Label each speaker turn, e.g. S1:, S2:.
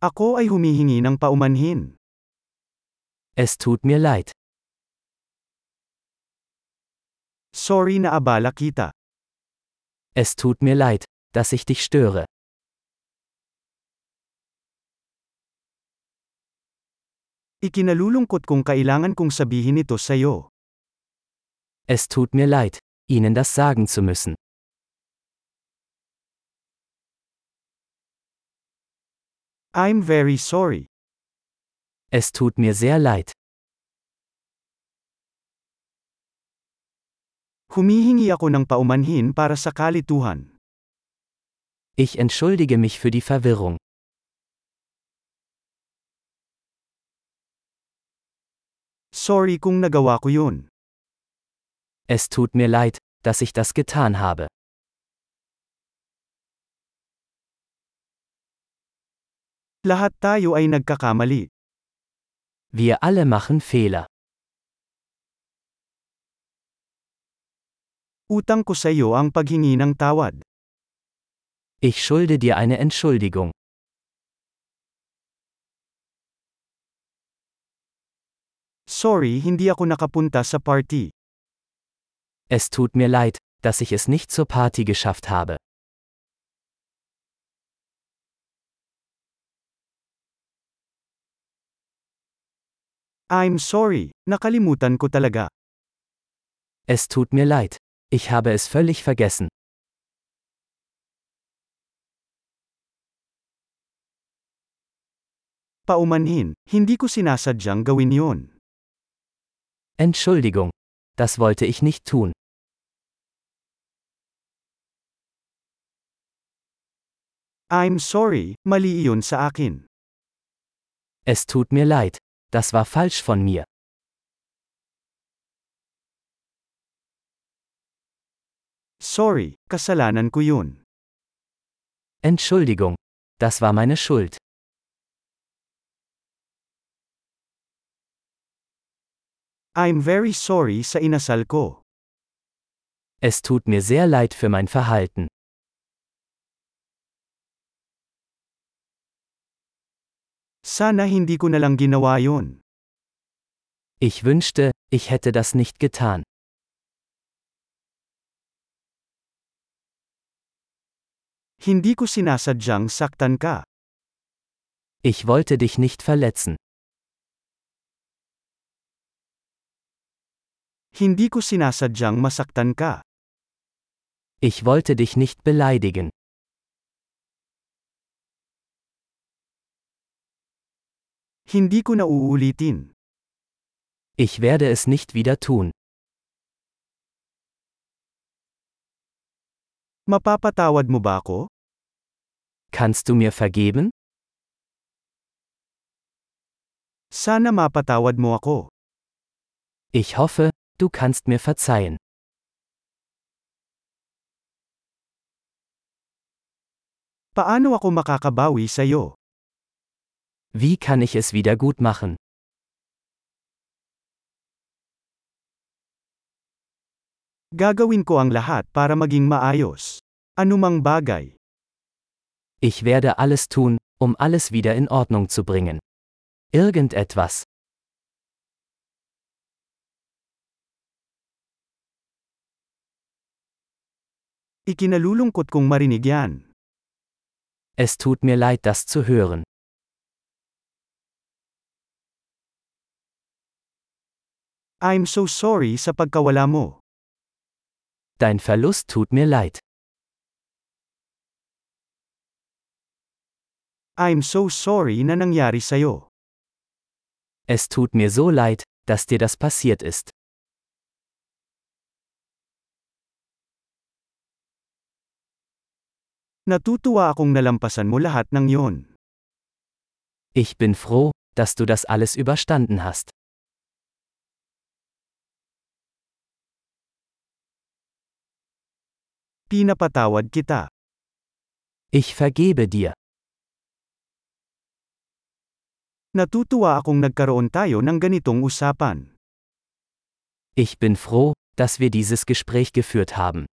S1: Ako ay humihingi ng paumanhin.
S2: Es tut mir leid.
S1: Sorry na abala kita.
S2: Es tut mir leid, dass ich dich störe.
S1: Ikinalulungkot kung kailangan kong sabihin ito sa iyo.
S2: Es tut mir leid, Ihnen das sagen zu müssen.
S1: I'm very sorry.
S2: Es tut mir sehr leid.
S1: Humihingi ako ng paumanhin para sa kalituhan.
S2: Ich entschuldige mich für die Verwirrung.
S1: Sorry kung nagawa ko yun.
S2: Es tut mir leid, dass ich das getan habe.
S1: Lahat tayo ay nagkakamali.
S2: Wir alle machen Fehler.
S1: Utang ko sa iyo ang paghingi ng tawad.
S2: Ich schulde dir eine Entschuldigung.
S1: Sorry hindi ako nakapunta sa party.
S2: Es tut mir leid, dass ich es nicht zur Party geschafft habe.
S1: I'm sorry, nakalimutan ko talaga.
S2: Es tut mir leid, ich habe es völlig vergessen.
S1: Paumanhin, hindi ko sinasadyang gawin yon.
S2: Entschuldigung, das wollte ich nicht tun.
S1: I'm sorry, mali iyon sa akin.
S2: Es tut mir leid, das war falsch von mir.
S1: Sorry, kasalanan ko yun.
S2: Entschuldigung, das war meine Schuld.
S1: I'm very sorry sa inasal ko.
S2: Es tut mir sehr leid für mein Verhalten.
S1: Sana hindi ko na lang ginawa yon.
S2: Ich wünschte, ich hätte das nicht getan.
S1: Hindi ko sinasadyang saktan ka.
S2: Ich wollte dich nicht verletzen.
S1: Hindi ko sinasadyang masaktan ka.
S2: Ich wollte dich nicht beleidigen.
S1: Hindi ko na uulitin.
S2: Ich werde es nicht wieder tun.
S1: Mapapatawad mo ba ako?
S2: Kannst du mir vergeben?
S1: Sana mapatawad mo ako.
S2: Ich hoffe, du kannst mir verzeihen.
S1: Paano ako makakabawi sa iyo?
S2: Wie kann ich es wieder gut machen?
S1: Gagawin ko ang lahat para maging maayos. Anumang bagay.
S2: Ich werde alles tun, um alles wieder in Ordnung zu bringen. Irgendetwas.
S1: Ikinalulungkot kong marinig yan.
S2: Es tut mir leid, das zu hören.
S1: I'm so sorry sa pagkawala mo.
S2: Dein Verlust tut mir leid.
S1: I'm so sorry na nangyari sa'yo.
S2: Es tut mir so leid, dass dir das passiert ist.
S1: Natutuwa akong nalampasan mo lahat ng yon.
S2: Ich bin froh, dass du das alles überstanden hast.
S1: Pinapatawad kita.
S2: Ich vergebe dir.
S1: Natutuwa akong nagkaroon tayo ng ganitong usapan.
S2: Ich bin froh, dass wir dieses Gespräch geführt haben.